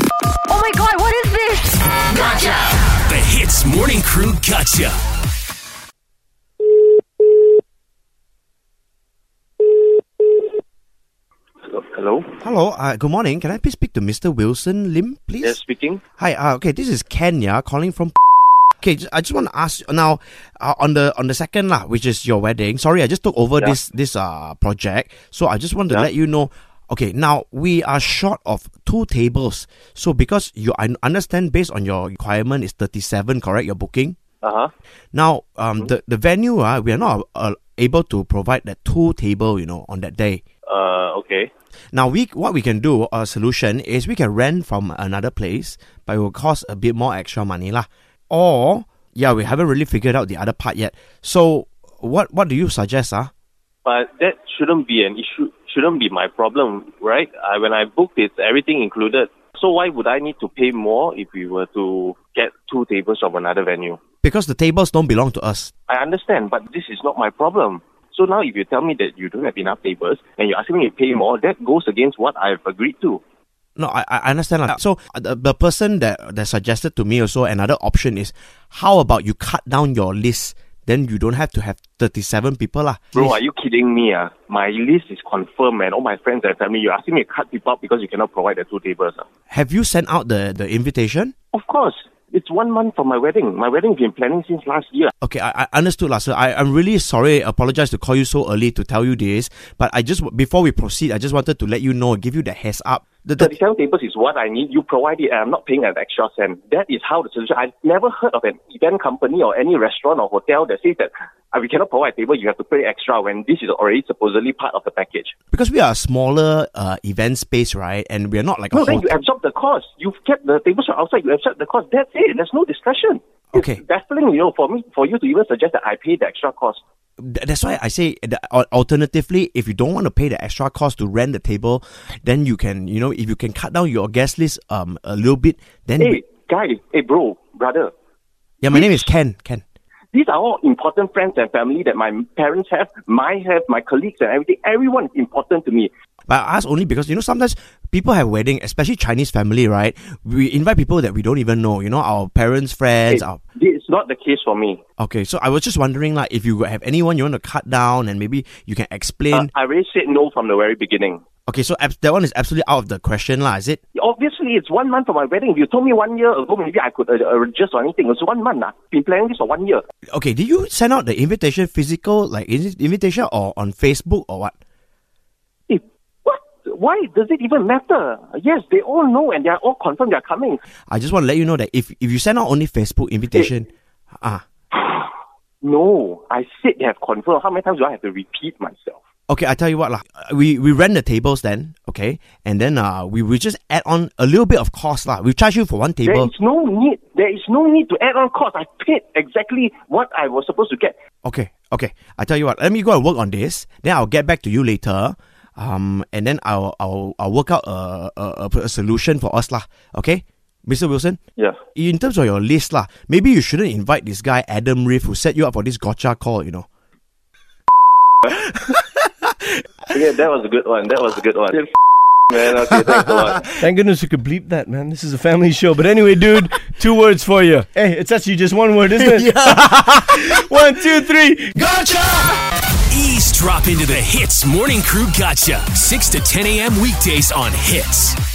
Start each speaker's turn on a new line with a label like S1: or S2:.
S1: Oh my god, what is this?
S2: The Hits Morning Crew Gotcha.
S3: Hello.
S4: Hello, uh, good morning. Can I please speak to Mr. Wilson Lim, please?
S3: Yes, speaking.
S4: Hi. Uh, okay, this is Kenya calling from. Okay, ju- I just want to ask you- now uh, on the on the second lah, which is your wedding. Sorry, I just took over
S3: Yeah.
S4: this this uh project, so I just want to
S3: Yeah.
S4: let you know. Okay, now we are short of two tables. So because you I understand based on your requirement is thirty seven, correct? Your booking.
S3: Uh huh.
S4: Now,
S3: Mm-hmm.
S4: um, the the venue ah, we are not uh, able to provide that two table, you know, on that day.
S3: Uh, okay.
S4: Now we what we can do a solution is we can rent from another place, but it will cost a bit more extra money lah. Or yeah, we haven't really figured out the other part yet. So what what do you suggest ah?
S3: But that shouldn't be an issue. Shouldn't be my problem, right? I, when I booked, it's everything included. So why would I need to pay more if we were to get two tables from another venue?
S4: Because the tables don't belong to us.
S3: I understand, but this is not my problem. So now, if you tell me that you don't have enough tables and you're asking me to pay more, that goes against what I've agreed to.
S4: No, I, I understand. lah. So uh, the, the person that that suggested to me also another option is how about you cut down your list, then you don't have to have thirty seven people lah.
S3: Bro, are you kidding me? Ah, my list is confirmed, man. All my friends and family, you're asking me to cut people out because you cannot provide the two tables. ah.
S4: Have you sent out the the invitation?
S3: Of course. It's one month from my wedding. My wedding's been planning since last year.
S4: Okay, I, I understood, lah, sir. I, I'm really sorry. Apologize to call you so early to tell you this, but I just before we proceed, I just wanted to let you know, give you the heads up. The, the,
S3: 37 tables is what I need. You provide it, and I'm not paying an extra cent. That is how the solution. I've never heard of an event company or any restaurant or hotel that says that "Ah, we cannot provide table, you have to pay extra when this is already supposedly part of the package.
S4: because we are a smaller uh, event space, right? And we are not like
S3: No,
S4: a
S3: then you
S4: hotel.
S3: absorb the cost. You've kept the tables from outside, you absorb the cost. That's it. There's no discussion.
S4: Okay.
S3: It's baffling, you know, for me, for you to even suggest that I pay the extra cost.
S4: Th- That's why I say, the, al- alternatively, if you don't want to pay the extra cost to rent the table, then you can, you know, if you can cut down your guest list um a little bit, then
S3: Hey, guy, hey, bro, brother,
S4: yeah. My name is Ken. Ken.
S3: These are all important friends and family that my parents have, my have, my colleagues and everything. Everyone is important to me.
S4: But I ask only because you know sometimes people have wedding, especially Chinese family, right? We invite people that we don't even know, you know, our parents, friends, our
S3: It's not the case for me.
S4: Okay, so I was just wondering, like, if you have anyone you want to cut down, and maybe you can
S3: Uh,
S4: explain.
S3: I already said no from the very beginning.
S4: okay, so abs- that one is absolutely out of the question, lah. Is it?
S3: Obviously, it's one month for my wedding. If you told me one year ago, maybe I could uh, uh, adjust or anything. It's one month. I've been planning this for one year.
S4: Okay, did you send out the invitation, physical, like is it invitation, or on Facebook or what?
S3: Hey, what? Why does it even matter? Yes, they all know and they are all confirmed they are coming.
S4: I just want to let you know that if if you send out only Facebook invitation, ah,
S3: No, I said they have confirmed. How many times do I have to repeat myself?
S4: okay, I tell you what, lah. uh, We we rent the tables then, okay, and then uh, we will just add on a little bit of cost, lah. We charge you for one
S3: There
S4: table.
S3: is no need. There is no need to add on cost. I paid exactly what I was supposed to get.
S4: Okay, okay. I tell you what, let me go and work on this. Then I'll get back to you later. Um, and then I'll I'll I'll work out a a, a- a solution for us lah. Okay, Mister Wilson.
S3: Yeah.
S4: In terms of your list lah, maybe you shouldn't invite this guy Adam Riff who set you up for this gotcha call. You know.
S3: Yeah, that was a good one. That was a good one. Man, okay, thanks a lot.
S5: Thank goodness you could bleep that, man. This is a family show. But anyway, dude, two words for you. Hey, it's actually just one word, isn't it? one, two, three.
S2: Ease drop into the Hits Morning Crew Gotcha. 6 to 10 a.m. weekdays on Hits.